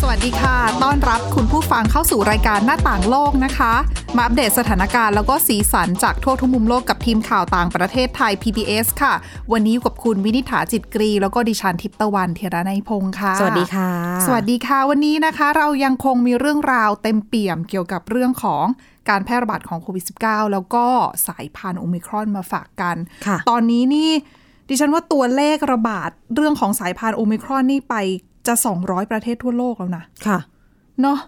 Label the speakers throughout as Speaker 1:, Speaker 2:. Speaker 1: สวัสดีค่ะ ต้อนรับคุณผู้ฟังเข้าสู่รายการหน้าต่างโลกนะคะ มาอัปเดตสถานการณ์แล้วก็สีสันจากทั่วทุกมุมโลกกับทีมข่าวต่างประเทศไทย PBS ค่ะ วันนี้อยู่กับคุณวินิษฐาจิตกรี แล้วก็ดิฉันทิพย์ตะวันเทระในยพงค์ค่ะ
Speaker 2: สวัสดีค่ะ
Speaker 1: สวัสดีค่ะ วันนี้นะคะ เรายังคงมีเรื่องราวเต็มเปี่ยมเกี่ยวกับเรื่องของการแพร่ระบาดของโควิด -19 แล้วก็สายพันธุ์โอมิครอนมาฝากกัน
Speaker 2: ค่ะ
Speaker 1: ตอนนี้นี่ ดิฉันว่าตัวเลขระบาดเรื่องของสายพันธุ์โอมิครอนนี่ไปจะ 200 ประเทศทั่วโลกแล้วนะ
Speaker 2: ค่ะ
Speaker 1: เนาะ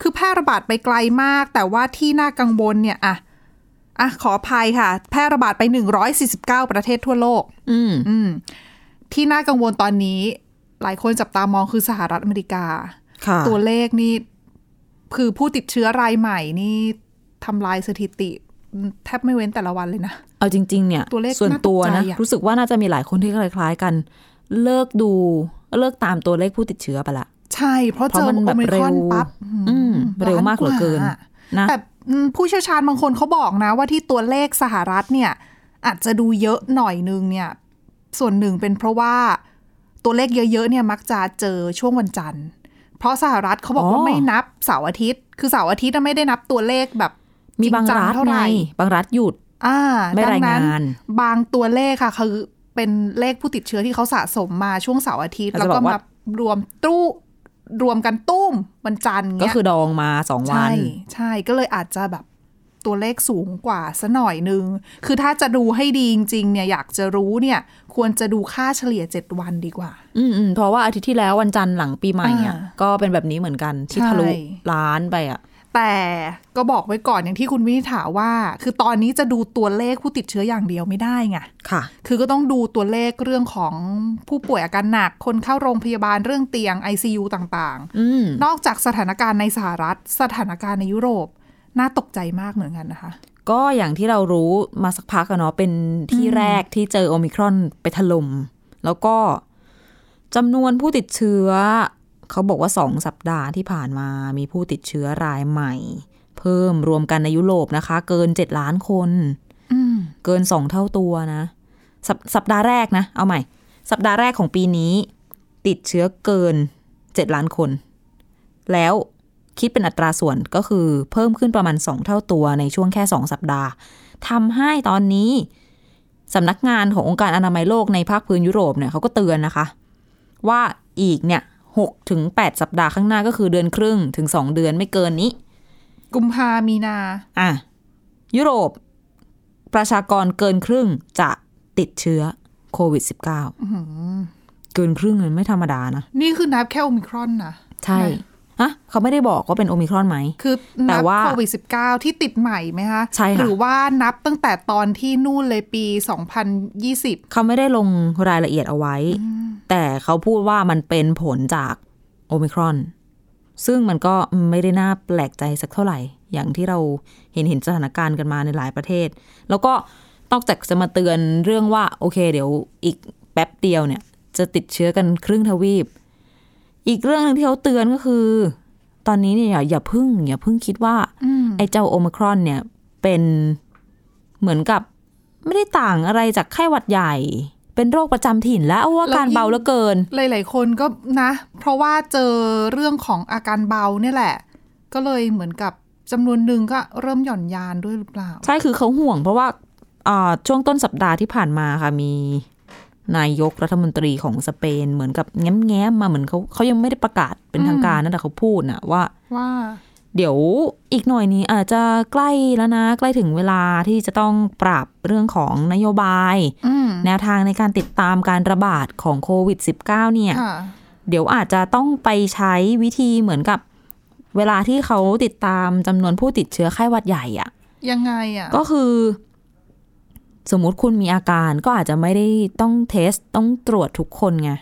Speaker 1: คือแพร่ระบาดไปไกลมาก แต่ว่าที่น่ากังวลเนี่ยอะอะขออภัยค่ะ แพร่ระบาดไป 149 ประเทศทั่วโลก
Speaker 2: อืม
Speaker 1: อืม ที่น่ากังวลตอนนี้ หลายคนจับตามองคือสหรัฐอเมริกา
Speaker 2: ค่ะ
Speaker 1: ตัวเลขนี่ คือผู้ติดเชื้อรายใหม่นี่ทำลายสถิติ แทบไม่เว้นแต่ละวันเลยนะ
Speaker 2: เอาจริง ๆ เนี่ย
Speaker 1: ตัวเลข
Speaker 2: ส่วนตัว
Speaker 1: น่า
Speaker 2: นะ
Speaker 1: ตกใจอะ
Speaker 2: รู้สึกว่าน่าจะมีหลายคนที่คล้าย ๆ กัน เลิกดู เลิกตามตัวเลขผู้ติดเชื้อไปละ
Speaker 1: ใช่ เพราะ
Speaker 2: เพ
Speaker 1: เจ
Speaker 2: ราะ
Speaker 1: อ
Speaker 2: มันแบ
Speaker 1: โอบมิค
Speaker 2: เร็
Speaker 1: ร
Speaker 2: ว
Speaker 1: อนปั๊บ
Speaker 2: อืมเร็วมากเหลือเกิน
Speaker 1: ล้าว่า
Speaker 2: นะ
Speaker 1: แต่อืมผู้เชี่ยวชาญบางคนเขาบอกนะว่าที่ตัวเลขสหรัฐเนี่ยอาจจะดูเยอะหน่อยนึงเนี่ย ส่วนหนึ่งเป็นเพราะว่าตัวเลขเยอะๆเนี่ยมักจะเจอช่วงวันจันทร์ เพราะสหรัฐเขาบอกว่า
Speaker 2: อ๋อ
Speaker 1: ไม่นับเสาร์อาทิตย์ คือเสาร์อาทิตย์น่ะไม่ได้นับตัวเลขแบบ
Speaker 2: มีบาง
Speaker 1: จจั
Speaker 2: รัฐ
Speaker 1: เท่า
Speaker 2: ไง
Speaker 1: ไหร่
Speaker 2: บางรัฐหยุด
Speaker 1: อ่า
Speaker 2: ไม่
Speaker 1: ดั
Speaker 2: ราย
Speaker 1: นั้น
Speaker 2: งาน
Speaker 1: บางตัวเลขค่ะคือเป็นเลขผู้ติดเชื้อที่เขาสะสมมาช่วงเสาร์อาทิตย์
Speaker 2: อาจ
Speaker 1: แล้ว
Speaker 2: จะบ
Speaker 1: ก็
Speaker 2: อกว่า
Speaker 1: มารวมตู้รวมกันตุ้มวันจันทร์
Speaker 2: ก็
Speaker 1: เงี้ย
Speaker 2: คือดองมาสองวั
Speaker 1: ใช่
Speaker 2: น
Speaker 1: ใช่ก็เลยอาจจะแบบตัวเลขสูงกว่าสะหน่อยนึง คือถ้าจะดูให้ดีจริงๆเนี่ยอยากจะรู้เนี่ยควรจะดูค่าเฉลี่ย 7 วันดีกว่า
Speaker 2: อืมอืมเพราะว่าอาทิตย์ที่แล้ววันจันทร์หลังปีใหม่เนี่ย
Speaker 1: อ่า
Speaker 2: ก็เป็นแบบนี้เหมือนกันที่
Speaker 1: ใช่
Speaker 2: ทะลุล้านไปอ่ะ
Speaker 1: แต่ก็บอกไว้ก่อนอย่างที่คุณวินิษฐาว่า คือตอนนี้จะดูตัวเลขผู้ติดเชื้ออย่างเดียวไม่ได้ไง
Speaker 2: ค่ะ
Speaker 1: คือก็ต้องดูตัวเลขเรื่องของผู้ป่วยอาการหนัก คนเข้าโรงพยาบาลเรื่องเตียง ICU ต่าง
Speaker 2: อืม
Speaker 1: ๆ นอกจากสถานการณ์ในสหรัฐ สถานการณ์ในยุโรปน่าตกใจมากเหมือนกันนะคะ
Speaker 2: ก็อย่างที่เรารู้มาสักพักอะเนาะเป็นที่แรกที่เจอโอมิครอนไปถล่มแล้วก็จำนวนผู้ติดเชื้อ เขาบอกว่า 2 สัปดาห์ที่ผ่านมามีผู้ติดเชื้อรายใหม่ เพิ่มรวมกันในยุโรปนะคะ เกิน 7 ล้านคน
Speaker 1: อืม
Speaker 2: เกิน 2 เท่าตัวนะสปสัปดาห์แรกนะ เอาใหม่ สัปดาห์แรกของปีนี้ ติดเชื้อเกิน 7 ล้านคน แล้วคิดเป็นอัตราส่วนก็คือเพิ่มขึ้นประมาณ 2 เท่าตัวในช่วงแค่ 2 สัปดาห์ทำให้ตอนนี้สำนักงานขององค์การอนามัยโลกในภาคพื้นยุโรปเนี่ยเขาก็เตือนนะคะ ว่าอีกเนี่ย6ถึง8สัปดาห์ข้างหน้าก็คือเดือนครึ่งถึง 2 เดือนไม่เกินนี้
Speaker 1: กุมภามีนา
Speaker 2: อ่ะยุโรปประชากรเกินครึ่งจะติดเชื้อโควิด -19 เกินครึ่งเลยไม่ธรรมดานะ
Speaker 1: นี่คือนับแค่โอมิครอนนะ
Speaker 2: ใช่
Speaker 1: ใช่
Speaker 2: ฮะเขาไม่ได้บอกว่าเป็นโอมิครอนไหม
Speaker 1: คือ
Speaker 2: แต่
Speaker 1: นับ
Speaker 2: ว่า
Speaker 1: โควิด1 9ที่ติดใหม่ไหมคะ
Speaker 2: ใช่ค่ะ
Speaker 1: หรือว่านับตั้งแต่ตอนที่นู่นเลยปี 2020
Speaker 2: เขาไม่ได้ลงรายละเอียดเอาไว้ แต่เขาพูดว่ามันเป็นผลจากโอมิครอน ซึ่งมันก็ไม่ได้น่าแปลกใจสักเท่าไหร่ อย่างที่เราเห็นเห็นสถานการณ์กันมาในหลายประเทศ แล้วก็นอกจากจะมาเตือนเรื่องว่า โอเค เดี๋ยวอีกแป๊บเดียวเนี่ย จะติดเชื้อกันครึ่งทวีป อีกเรื่องหนึงที่เขาเตือนก็คือ ตอนนี้เนี่ยอย่าอย่าเพึ่ง อย่าเพึ่งคิดว่า
Speaker 1: อืม
Speaker 2: ไอ้เจ้าโอมครอนเนี่ยเป็นเหมือนกับไม่ได้ต่างอะไรจากไข้หวัดใหญ่ เป็นโรคประจำถิ่นแล้วเอาว่าอาการ
Speaker 1: แล้วยิ่ง
Speaker 2: เบาเหลือเกิน
Speaker 1: หลายๆคนก็นะ เพราะว่าเจอเรื่องของอาการเบาเนี่ยแหละ ก็เลยเหมือนกับจำนวนหนึ่งก็เริ่มหย่อนยานด้วยหรือเปล่า
Speaker 2: ใช่คือเขาห่วงเพราะว่าอ่าช่วงต้นสัปดาห์ที่ผ่านมาค่ะมีนายกรัฐมนตรีของสเปน เหมือนกับแง้มแง้มๆมาเหมือนเขาเขายังไม่ได้ประกาศเป็นทางการนะแต่เขาพูดนะว่า
Speaker 1: ว่า
Speaker 2: เดี๋ยวอีกหน่อยนี้อาจจะใกล้แล้วนะ ใกล้ถึงเวลาที่จะต้องปรับเรื่องของนโยบาย
Speaker 1: อืม
Speaker 2: แนวทางในการติดตามการระบาดของโควิด -19 เนี่ย
Speaker 1: ค่ะ
Speaker 2: เดี๋ยวอาจจะต้องไปใช้วิธีเหมือนกับ เวลาที่เขาติดตามจำนวนผู้ติดเชื้อไข้หวัดใหญ่อะ
Speaker 1: ยังไงอ่ะ
Speaker 2: ก็คือ สมมติคุณมีอาการก็อาจจะไม่ได้ต้องเทสต้องตรวจทุกคนไง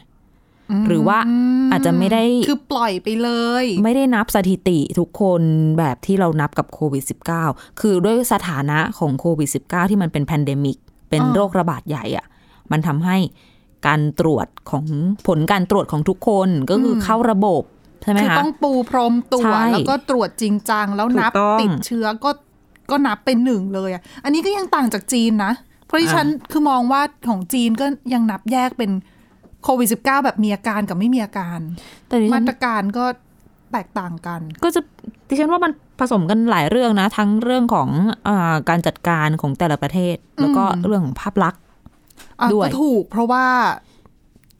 Speaker 2: หรือว่าอาจจะไม่ได้
Speaker 1: คือปล่อยไปเลย
Speaker 2: ไม่ได้นับสถิติทุกคนแบบที่เรานับกับโควิด -19 คือด้วยสถานะของโควิด -19 ที่มันเป็นแพนเดมิก เป็น
Speaker 1: อ่า
Speaker 2: โรคระบาดใหญ่อะมันทำให้การตรวจของผลการตรวจของทุกคนก็คือเข้าระบบ ใช่ไหม
Speaker 1: คือ
Speaker 2: คะ
Speaker 1: ต้องปูพรมตรวจ
Speaker 2: ใช่
Speaker 1: แล้วก็ตรวจจริงจัง แล้วนับ
Speaker 2: ถูกต้อง
Speaker 1: ติดเชื้อก็ก็นับเป็นหนึ่งเลยอ่ะอันนี้ก็ยังต่างจากจีนนะ เพราะที่
Speaker 2: อ่า
Speaker 1: ฉันคือมองว่าของจีนก็ยังนับแยกเป็นโควิด -19 แบบมีอาการกับไม่มีอาการ
Speaker 2: แต่ดิฉั
Speaker 1: มาน ตรการก็แตกต่างกัน
Speaker 2: ก็จะดิฉันว่ามันผสมกันหลายเรื่องนะ ทั้งเรื่องของอาการจัดการของแต่ละประเทศ แล้วก็
Speaker 1: อืม
Speaker 2: เรื่องของภาพลักษณ์
Speaker 1: อ่ะ
Speaker 2: ด้วย
Speaker 1: ก็ถูกเพราะว่า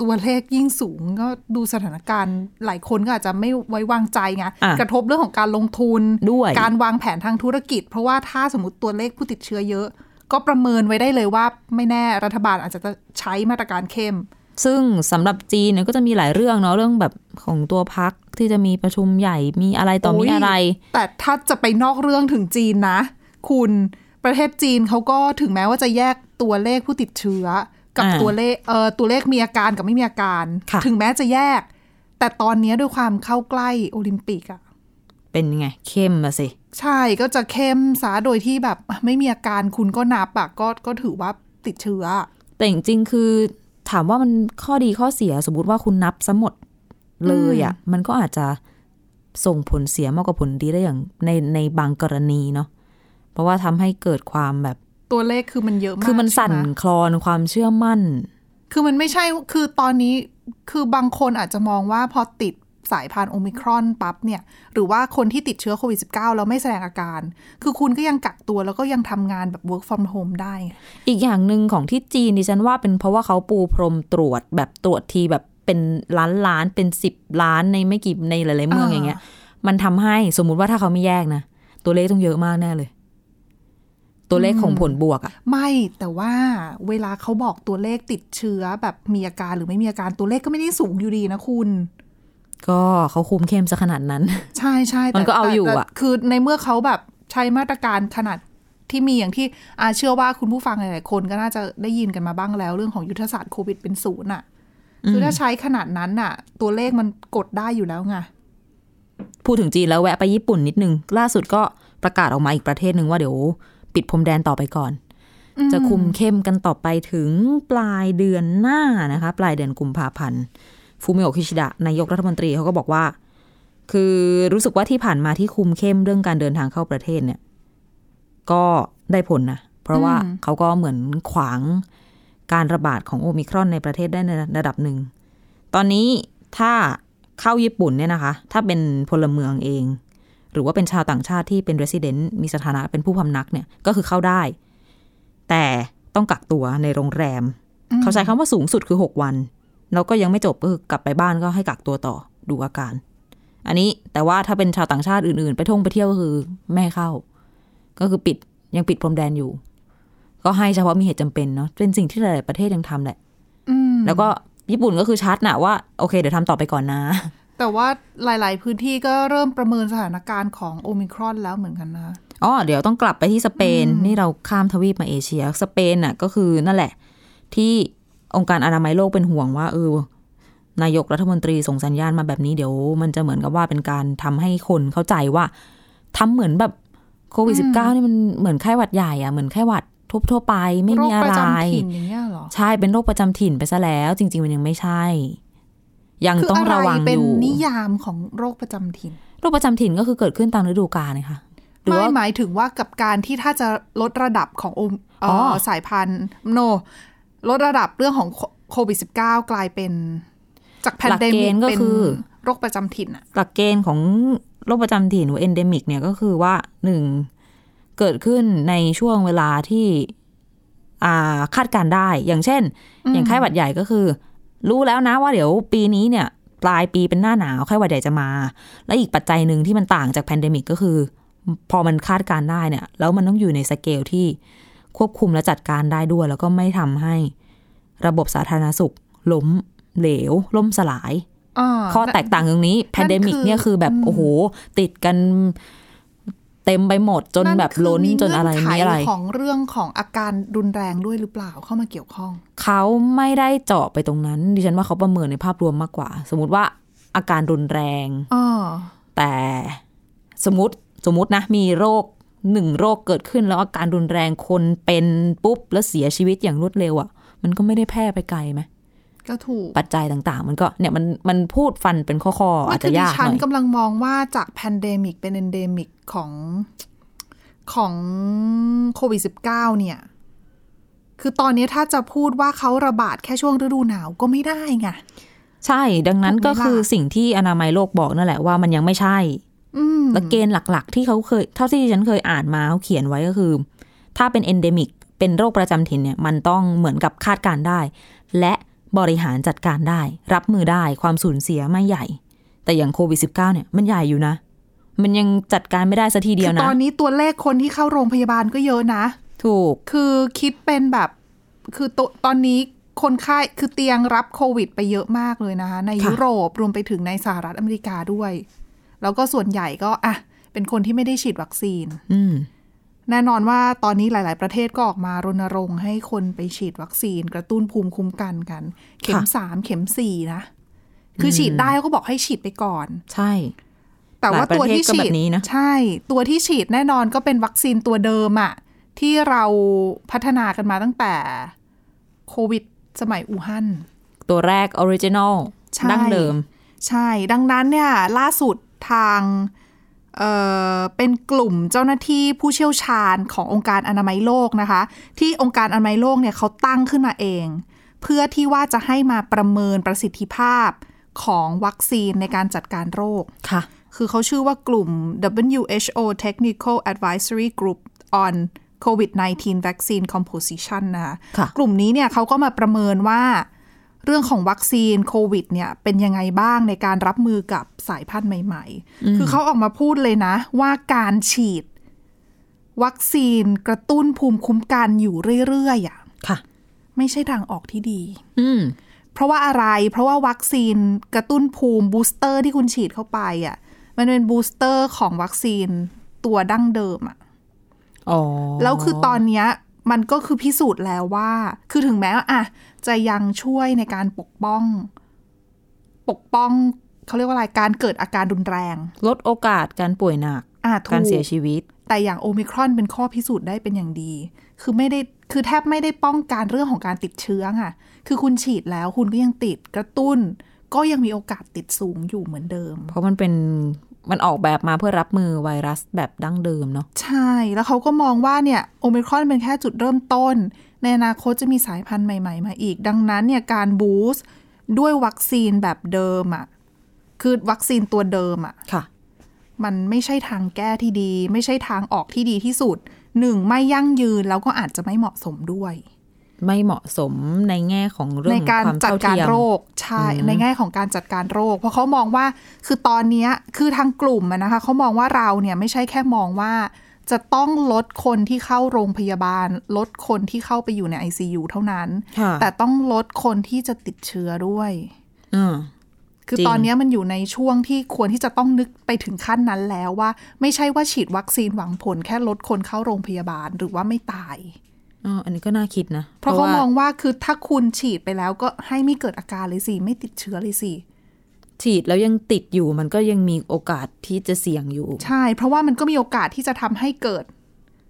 Speaker 1: ตัวเลขยิ่งสูงก็ดูสถานการณ์หลายคนก็อาจจะไม่ไว้วางใจไง
Speaker 2: อ่ะ
Speaker 1: กระทบเรื่องของการลงทุน
Speaker 2: ด้วย
Speaker 1: การวางแผนทางธุรกิจ เพราะว่าถ้าสมมติตัวเลขผู้ติดเชื้อเยอะ ก็ประเมินไว้ได้เลยว่าไม่แน่รัฐบาลอาจจะใช้มาตรการเข้ม
Speaker 2: ซึ่งสำหรับจีนเนี่ยก็จะมีหลายเรื่องเนาะเรื่องแบบของตัวพักที่จะมีประชุมใหญ่มีอะไรต่อ
Speaker 1: โอ้ย
Speaker 2: มีอะไร
Speaker 1: แต่ถ้าจะไปนอกเรื่องถึงจีนนะ คุณประเทศจีนเขาก็ถึงแม้ว่าจะแยกตัวเลขผู้ติดเชื้อ กับ
Speaker 2: อ่า
Speaker 1: ตัวเลขเอ่อตัวเลขมีอาการกับไม่มีอาการ
Speaker 2: ค่ะ
Speaker 1: ถึงแม้จะแยก แต่ตอนนี้ด้วยความเข้าใกล้โอลิมปิกอะ
Speaker 2: เป็นไง เข้มอะสิ
Speaker 1: ใช่ก็จะเข้มสาโดยที่แบบไม่มีอาการคุณก็นับอะก็ก็ถือว่าติดเชื้อ
Speaker 2: แต่จริงๆคือถามว่ามันข้อดีข้อเสียสมมติว่าคุณนับซะหมดเลยอะมันก็อาจจะส่งผลเสียมากกว่าผลดีได้อย่างในในบางกรณีเนาะเพราะว่าทำให้เกิดความแบบ
Speaker 1: ตัวเลขคือมันเยอะมาก
Speaker 2: คือมันสั่น
Speaker 1: ใช่ไหม
Speaker 2: คลอนความเชื่อมั่น
Speaker 1: คือมันไม่ใช่ คือตอนนี้คือบางคนอาจจะมองว่าพอติดสายพันธุ์โอมิครอนปั๊บเนี่ย หรือว่าคนที่ติดเชื้อโควิด -19 แล้วไม่แสดงอาการ คือคุณก็ยังกักตัวแล้วก็ยังทำงานแบบ work from home ได้ไง
Speaker 2: อีกอย่างหนึ่งของที่จีนดิฉันว่าเป็นเพราะว่าเขาปูพรมตรวจแบบตรวจทีแบบเป็นล้านล้านๆเป็นสิบล้านในไม่กี่ในหลายๆเมืองอย่างเงี้ย มันทำให้สมมุติว่าถ้าเขาไม่แยกนะ ตัวเลขต้องเยอะมากแน่เลย ตัวเลขของผลบวกอะ
Speaker 1: ไม่แต่ว่าเวลาเขาบอกตัวเลขติดเชื้อแบบมีอาการหรือไม่มีอาการตัวเลขก็ไม่ได้สูงอยู่ดีนะคุณ
Speaker 2: ก็เขาคุมเข้มซะขนาดนั้น
Speaker 1: ใช่ใช่แต่
Speaker 2: มันก็เอาอยู่อะ
Speaker 1: แต่คือในเมื่อเขาแบบใช้มาตรการขนาดที่มีอย่างที่อาเชื่อว่าคุณผู้ฟังหลายๆคนก็น่าจะได้ยินกันมาบ้างแล้ว เรื่องของยุทธศาสตร์โควิดเป็นศูนย์อะคือถ้าใช้ขนาดนั้นน่ะ ตัวเลขมันกดได้อยู่แล้วไง
Speaker 2: พูดถึงจีนแล้วแวะไปญี่ปุ่นนิดนึง ล่าสุดก็ประกาศออกมาอีกประเทศหนึ่งว่าเดี๋ยวปิดพรมแดนต่อไปก่อน จะคุมเข้มกันต่อไปถึงปลายเดือนหน้านะคะ ปลายเดือนกุมภาพันธ์ฟูมิโอกิชิดะนายกรัฐมนตรีเขาก็บอกว่า คือรู้สึกว่าที่ผ่านมาที่คุมเข้มเรื่องการเดินทางเข้าประเทศเนี่ย ก็ได้ผลนะ เพราะว่าเขาก็เหมือนขวางการระบาดของโอมิครอนในประเทศได้ในระดับหนึ่ง ตอนนี้ถ้าเข้าญี่ปุ่นเนี่ยนะคะ ถ้าเป็นพลเมืองเอง หรือว่าเป็นชาวต่างชาติที่เป็น resident มีสถานะเป็นผู้พำนักเนี่ยก็คือเข้าได้ แต่ต้องกักตัวในโรงแรม เขาใช้คำว่าสูงสุดคือ 6 วัน แล้วก็ยังไม่จบก็คือกลับไปบ้านก็ให้กักตัวต่อดูอาการ อันนี้แต่ว่าถ้าเป็นชาวต่างชาติอื่นๆ ไปท่องไปเที่ยวก็คือไม่ให้เข้า ก็คือปิดยังปิดพรมแดนอยู่ ก็ให้เฉพาะมีเหตุจำเป็นเนาะเป็นสิ่งที่หลายๆประเทศยังทำแหละ
Speaker 1: อืม
Speaker 2: แล้วก็ญี่ปุ่นก็คือชัดนะว่าโอเค เดี๋ยวทำต่อไปก่อนนะ
Speaker 1: แต่ว่าหลาย ๆ พื้นที่ก็เริ่มประเมินสถานการณ์ของโอมิครอนแล้วเหมือนกันนะ
Speaker 2: อ๋อเดี๋ยวต้องกลับไปที่สเปน นี่เราข้ามทวีปมาเอเชีย สเปนน่ะก็คือนั่นแหละ ที่องค์การอนามัยโลกเป็นห่วงว่า เออนายกรัฐมนตรีส่งสัญญาณมาแบบนี้เดี๋ยว มันจะเหมือนกับว่าเป็นการทำให้คนเข้าใจว่าทำเหมือนแบบโควิดสิบเก้านี่มันเหมือนไข้หวัดใหญ่อะเหมือนไข้หวัดทั่วๆไปไม่
Speaker 1: โร
Speaker 2: มี
Speaker 1: ค
Speaker 2: อะ
Speaker 1: ประ
Speaker 2: ไร
Speaker 1: จำถิ่นอย่างเงี้ยเหรอ
Speaker 2: ใช่เป็นโรคประจำถิ่นไปซะแล้ว จริง ๆ มันยังไม่ใช่ ยัง
Speaker 1: คือ
Speaker 2: ต้อง
Speaker 1: อะไร
Speaker 2: ระวัง
Speaker 1: เป็
Speaker 2: อนยู่
Speaker 1: นิยามของโรคประจำถิ่น
Speaker 2: โรคประจำถิ่นก็คือเกิดขึ้นตามฤดูกาลนะคะหรือ
Speaker 1: ไม่
Speaker 2: ว่า
Speaker 1: หมายถึงว่ากับการที่ถ้าจะลดระดับของโอมเอ่อ
Speaker 2: อ
Speaker 1: อสายพันธุ์โน ลดระดับเรื่องของโคโควิด -19 กลายเป็น จากแพน
Speaker 2: หลัก
Speaker 1: เด
Speaker 2: เก
Speaker 1: มิก
Speaker 2: ณฑ์ก็
Speaker 1: เป็น
Speaker 2: คือ
Speaker 1: โรคประจำถิ่นอะ
Speaker 2: หลักเกณฑ์ของโรคประจำถิ่นหรือ endemic เนี่ยก็คือว่าหนึ่งเกิดขึ้นในช่วงเวลาที่อ่าคาดการณ์ได้ อย่างเช่น อย่างไข้หวัดใหญ่ก็คือ รู้แล้วนะว่าเดี๋ยวปีนี้เนี่ย ปลายปีเป็นหน้าหนาวไข้หวัดใหญ่จะมา และอีกปัจจัยหนึ่งที่มันต่างจากแพนเดมิกก็คือ พอมันคาดการณ์ได้เนี่ย แล้วมันต้องอยู่ในสเกลที่ควบคุมและจัดการได้ด้วย แล้วก็ไม่ทำให้ระบบสาธารณสุขล้มเหลว ล่มสลาย
Speaker 1: อ่า
Speaker 2: ข้อแตกต่างตรงนี้ แพนเดมิก
Speaker 1: คือ
Speaker 2: เนี่ยคือแบบ
Speaker 1: อืม
Speaker 2: โอ้โห ติดกันเต็มไปหมดจนแบบ
Speaker 1: คือ
Speaker 2: ล้น
Speaker 1: มี
Speaker 2: จนอะไร
Speaker 1: เงื่
Speaker 2: มี
Speaker 1: ข
Speaker 2: อะไร
Speaker 1: ของเรื่องของอาการรุนแรงด้วยหรือเปล่าเข้ามาเกี่ยวข้อง
Speaker 2: เขาไม่ได้เจาะไปตรงนั้น ดิฉันว่าเขาประเมินในภาพรวมมากกว่า สมมติว่าอาการรุนแรง
Speaker 1: อ่า
Speaker 2: แต่สมมติสมมตินะ มีโรคหนึ่งโรคเกิดขึ้นแล้วอาการรุนแรงคนเป็นปุ๊บ แล้วเสียชีวิตอย่างรวดเร็วอะ่ะ มันก็ไม่ได้แพร่ไปไกลไหม
Speaker 1: ก็ถูก
Speaker 2: ปัจจัยต่างๆ มันก็เนี่ยมันมันพูดฟันเป็นข้อๆ อาจจะยาก
Speaker 1: คื
Speaker 2: ห
Speaker 1: ฉัน
Speaker 2: น่อย
Speaker 1: กำลังมองว่าจากแพนเดมิกเป็นเอนเดมิกของของโควิด -19 เนี่ย คือตอนนี้ถ้าจะพูดว่าเขาระบาดแค่ช่วงฤดูหนาวก็ไม่ได้ไง
Speaker 2: ใช่ดังนั้น
Speaker 1: ถูกไหม
Speaker 2: ก็คือ
Speaker 1: ล่ะ
Speaker 2: สิ่งที่อนามัยโลกบอกนั่นแหละว่ามันยังไม่ใช่
Speaker 1: อืม
Speaker 2: และเกณฑ์หลัก ๆ ที่เขาเคย เท่าที่ฉันเคยอ่านมาเขาเขียนไว้ก็คือ ถ้าเป็น endemic เป็นโรคประจำถิ่นเนี่ย มันต้องเหมือนกับคาดการณ์ได้ และบริหารจัดการได้ รับมือได้ความสูญเสียไม่ใหญ่ แต่อย่างโควิด -19 เนี่ย มันใหญ่อยู่นะ มันยังจัดการไม่ได้สักทีเดียว
Speaker 1: คือ
Speaker 2: นะ
Speaker 1: ตอนนี้ตัวเลขคนที่เข้าโรงพยาบาลก็เยอะนะ
Speaker 2: ถูก
Speaker 1: คือคิดเป็นแบบ คือตวตอนนี้คนไข้คือเตียงรับโควิดไปเยอะมากเลยนะคะใน
Speaker 2: ค่ะ
Speaker 1: ยุโรปรวมไปถึงในสหรัฐอเมริกาด้วย แล้วก็ส่วนใหญ่ก็อ่ะเป็นคนที่ไม่ได้ฉีดวัคซีน
Speaker 2: อืม
Speaker 1: แน่นอนว่าตอนนี้หลาย ๆ ประเทศก็ออกมารณรงค์ให้คนไปฉีดวัคซีน กระตุ้นภูมิคุ้มกันกัน เข็ม
Speaker 2: ค่ะ
Speaker 1: สามเข็มสี่นะ คือฉีดได้ก็บอกให้ฉีดไปก่อน
Speaker 2: ใช่
Speaker 1: แต่ว่าตัวที่ฉี
Speaker 2: หลายประเทศก็แบ
Speaker 1: ด
Speaker 2: บนี้นะ
Speaker 1: ใช่ ตัวที่ฉีดแน่นอนก็เป็นวัคซีนตัวเดิมอะที่เราพัฒนากันมาตั้งแต่โควิดสมัยอู่ฮั่น
Speaker 2: ตัวแรกออริจินอล
Speaker 1: ใช่
Speaker 2: ดั้งเดิม
Speaker 1: ใช่ ดังนั้นเนี่ยล่าสุดทางเอ่อเป็นกลุ่มเจ้าหน้าที่ผู้เชี่ยวชาญขององค์การอนามัยโลกนะคะ ที่องค์การอนามัยโลกเนี่ยเขาตั้งขึ้นมาเอง เพื่อที่ว่าจะให้มาประเมินประสิทธิภาพของวัคซีนในการจัดการโรค
Speaker 2: ค่ะ
Speaker 1: คือเขาชื่อว่ากลุ่ม WHO Technical Advisory Group on COVID-19 Vaccine Composition นะคะ
Speaker 2: ค่ะ
Speaker 1: กลุ่มนี้เนี่ยเขาก็มาประเมินว่า เรื่องของวัคซีนโควิดเนี่ยเป็นยังไงบ้างในการรับมือกับสายพันธุ์ใหม่ ๆ คือเขาออกมาพูดเลยนะ ว่าการฉีด วัคซีนกระตุ้นภูมิคุ้มกันอยู่เรื่อยๆอะ
Speaker 2: ค่ะ
Speaker 1: ไม่ใช่ทางออกที่ดี
Speaker 2: อืม
Speaker 1: เพราะว่าอะไร เพราะว่าวัคซีนกระตุ้นภูมิบูสเตอร์ที่คุณฉีดเข้าไปอ่ะ มันเป็นบูสเตอร์ของวัคซีนตัวดั้งเดิมอ่ะ
Speaker 2: อ๋อ
Speaker 1: แล้วคือตอนเนี้ยมันก็คือพิสูจน์แล้วว่า คือถึงแม้ว่าอะจะยังช่วยในการปกป้อง ปกป้องเขาเรียกว่าอะไรการเกิดอาการรุนแรง
Speaker 2: ลดโอกาสการป่วยหนัก
Speaker 1: อ่ะถู
Speaker 2: การเสีย
Speaker 1: ก
Speaker 2: ชีวิต
Speaker 1: แต่อย่างโอมิครอนเป็นข้อพิสูจน์ได้เป็นอย่างดี คือไม่ได้ คือแทบไม่ได้ป้องกันเรื่องของการติดเชื้อค่ะ คือคุณฉีดแล้วคุณก็ยังติดกระตุ้น ก็ยังมีโอกาสติดสูงอยู่เหมือนเดิม
Speaker 2: เพราะมันเป็นมันออกแบบมาเพื่อรับมือไวรัสแบบดั้งเดิมเนาะ
Speaker 1: ใช่ แล้วเขาก็มองว่าเนี่ยโอมิครอนเป็นแค่จุดเริ่มต้น ในอนาคตจะมีสายพันธุ์ใหม่ๆ มาอีก ดังนั้นเนี่ยการบูสต์ด้วยวัคซีนแบบเดิมอะ่ะ คือวัคซีนตัวเดิมอ่ะ
Speaker 2: ค่ะ
Speaker 1: มันไม่ใช่ทางแก้ที่ดี ไม่ใช่ทางออกที่ดีที่สุด หนึ่งไม่ยั่งยืนแล้วก็อาจจะไม่เหมาะสมด้วย
Speaker 2: ไม่เหมาะสมในแง่ของเรื่
Speaker 1: ใน
Speaker 2: อง
Speaker 1: การ
Speaker 2: ความ
Speaker 1: จัด
Speaker 2: เท่า
Speaker 1: การ
Speaker 2: เทียม
Speaker 1: โรคใช่ในแง่ของการจัดการโรค เพราะเขามองว่าคือตอนเนี้ยคือทางกลุ่มอะนะคะเขามองว่าเราเนี่ยไม่ใช่แค่มองว่า จะต้องลดคนที่เข้าโรงพยาบาล ลดคนที่เข้าไปอยู่ใน ICU เท่านั้น
Speaker 2: ค่ะ
Speaker 1: แต่ต้องลดคนที่จะติดเชื้อด้วย
Speaker 2: อ่า
Speaker 1: คือ
Speaker 2: จริง
Speaker 1: ตอนเนี้ยมันอยู่ในช่วงที่ควรที่จะต้องนึกไปถึงขั้นนั้นแล้วว่า ไม่ใช่ว่าฉีดวัคซีนหวังผลแค่ลดคนเข้าโรงพยาบาลหรือว่าไม่ตาย
Speaker 2: อ่าอันนี้ก็น่าคิดนะ
Speaker 1: เพราะเขา
Speaker 2: ว่
Speaker 1: มองว่าคือถ้าคุณฉีดไปแล้วก็ให้ไม่เกิดอาการเลยสิ ไม่ติดเชื้อเลยสิ
Speaker 2: ฉีดแล้วยังติดอยู่มันก็ยังมีโอกาสที่จะเสี่ยงอยู่
Speaker 1: ใช่ เพราะว่ามันก็มีโอกาสที่จะทำให้เกิด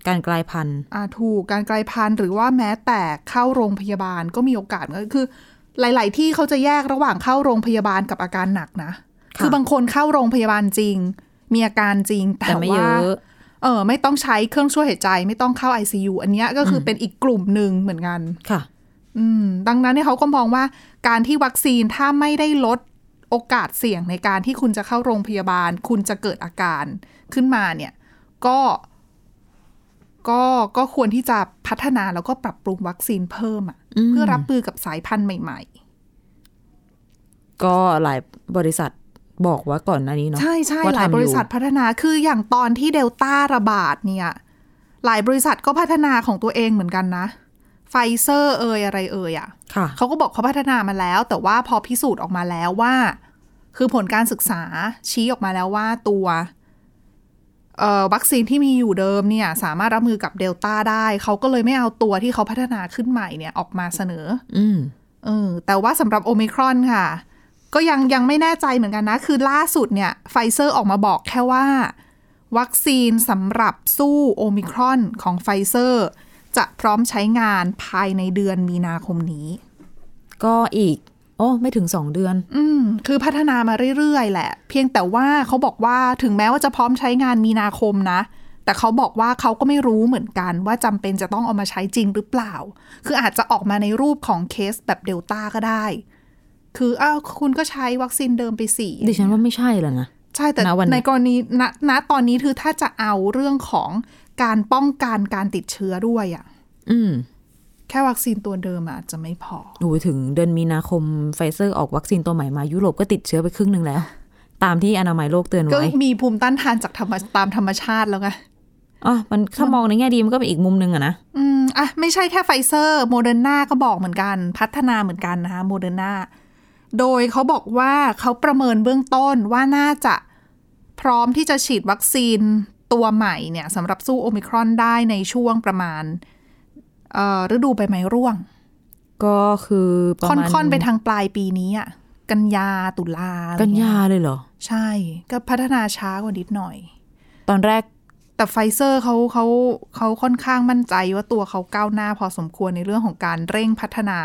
Speaker 2: การกลายพันธุ์
Speaker 1: อาถูกการกลายพันธุ์หรือว่าแม้แต่เข้าโรงพยาบาลก็มีโอกาสก็คือ หลาย ๆ ที่เขาจะแยกระหว่างเข้าโรงพยาบาลกับอาการหนักนะ
Speaker 2: ค่ะ
Speaker 1: คือบางคนเข้าโรงพยาบาลจริง มีอาการจริง แต่
Speaker 2: แต่ไม่เย
Speaker 1: ว่า
Speaker 2: อะ
Speaker 1: เออไม่ต้องใช้เครื่องช่วยหายใจ ไม่ต้องเข้า ICU อันเนี้ยก็คืออเป็นอีกกลุ่มหนึ่งเหมือนกัน
Speaker 2: ค่ะ
Speaker 1: อืมดังนั้นเนี่ยเขาก็มองว่าการที่วัคซีนถ้าไม่ได้ลดโอกาสเสี่ยงในการที่คุณจะเข้าโรงพยาบาล คุณจะเกิดอาการขึ้นมาเนี่ย ก็ก็ก็ควรที่จะพัฒนาแล้วก็ปรับปรุงวัคซีนเพิ่มอะ
Speaker 2: อืม
Speaker 1: เพื่อรับมือกับสายพันธุ์ใหม่
Speaker 2: ก็หลายบริษัทบอกไว่าก่อนหน้านี้
Speaker 1: ๆ
Speaker 2: เนาะ
Speaker 1: ใช่ใช่
Speaker 2: ว่
Speaker 1: หลาย
Speaker 2: ทำอบ
Speaker 1: ริษัทพัฒนาคืออย่างตอนที่เดลต้าระบาดเนี่ย หลายบริษัทก็พัฒนาของตัวเองเหมือนกันนะไฟเซอร์เอยอะไรเอยอะ
Speaker 2: ค่ะ
Speaker 1: เขาก็บอกเขาพัฒนามาแล้ว แต่ว่าพอพิสูจน์ออกมาแล้วว่า คือผลการศึกษาชี้ออกมาแล้วว่าตัวเอ่อวัคซีนที่มีอยู่เดิมเนี่ย สามารถรับมือกับเดลต้าได้ เขาก็เลยไม่เอาตัวที่เขาพัฒนาขึ้นใหม่เนี่ยออกมาเสนอ
Speaker 2: อืม
Speaker 1: เออแต่ว่าสำหรับโอมิครอนค่ะ ก็ยังยังไม่แน่ใจเหมือนกันนะ คือล่าสุดเนี่ยไฟเซอร์ออกมาบอกแค่ว่า วัคซีนสำหรับสู้โอมิครอนของไฟเซอร์ จะพร้อมใช้งานภายในเดือนมีนาคมนี้
Speaker 2: ก็อีก โอ้ไม่ถึงสองเดือน
Speaker 1: อืมคือพัฒนามาเรื่อยๆ แหละ เพียงแต่ว่าเขาบอกว่าถึงแม้ว่าจะพร้อมใช้งานมีนาคมนะ แต่เขาบอกว่าเขาก็ไม่รู้เหมือนกันว่าจำเป็นจะต้องเอามาใช้จริงหรือเปล่า คืออาจจะออกมาในรูปของเคสแบบเดลต้าก็ได้ คืออ้าวคุณก็ใช้วัคซีนเดิมไปสี่
Speaker 2: ดิฉันว่าไม่ใช่แล้วนะ
Speaker 1: ใช่แต่
Speaker 2: ณวันเนี้
Speaker 1: ใน
Speaker 2: ย
Speaker 1: กรณีณณตอนนี้คือถ้าจะเอาเรื่องของการป้องกันการติดเชื้อด้วยอะ
Speaker 2: อืม
Speaker 1: แค่วัคซีนตัวเดิมอาจจะไม่พอ
Speaker 2: โอ้ยถึงเดือนมีนาคมไฟเซอร์ออกวัคซีนตัวใหม่มายุโรปก็ติดเชื้อไปครึ่งหนึ่งแล้ว ตามที่อนามัยโลกเตือน
Speaker 1: ก็
Speaker 2: ไว้
Speaker 1: มีภูมิต้านทานจากธรรมตามธรรมชาติแล้วไง
Speaker 2: อ๋อมันถ้ามองในแง่ดีมันก็เป็นอีกมุมหนึ่งอะนะ
Speaker 1: อืมอ่ะไม่ใช่แค่ไฟเซอร์โมเดอร์นาก็บอกเหมือนกัน พัฒนาเหมือนกันนะคะโมเดอร์นาโดยเขาบอกว่าเขาประเมินเบื้องต้นว่าน่าจะพร้อมที่จะฉีดวัคซีนตัวใหม่เนี่ยสำหรับสู้โอมิครอนได้ในช่วงประมาณเอ่อฤดูใบไม้ร่วง
Speaker 2: ก็คือประมาณ
Speaker 1: ค่อนๆไปทางปลายปีนี้อ่ะ กันยาตุลาอะไร
Speaker 2: กัน
Speaker 1: เงี้
Speaker 2: ยาเลยเหรอ
Speaker 1: ใช่ ก็พัฒนาช้ากว่านิดหน่อย
Speaker 2: ตอนแรก
Speaker 1: แต่ไฟเซอร์เขาเขาเขาค่อนข้างมั่นใจว่าตัวเขาก้าวหน้าพอสมควรในเรื่องของการเร่งพัฒนา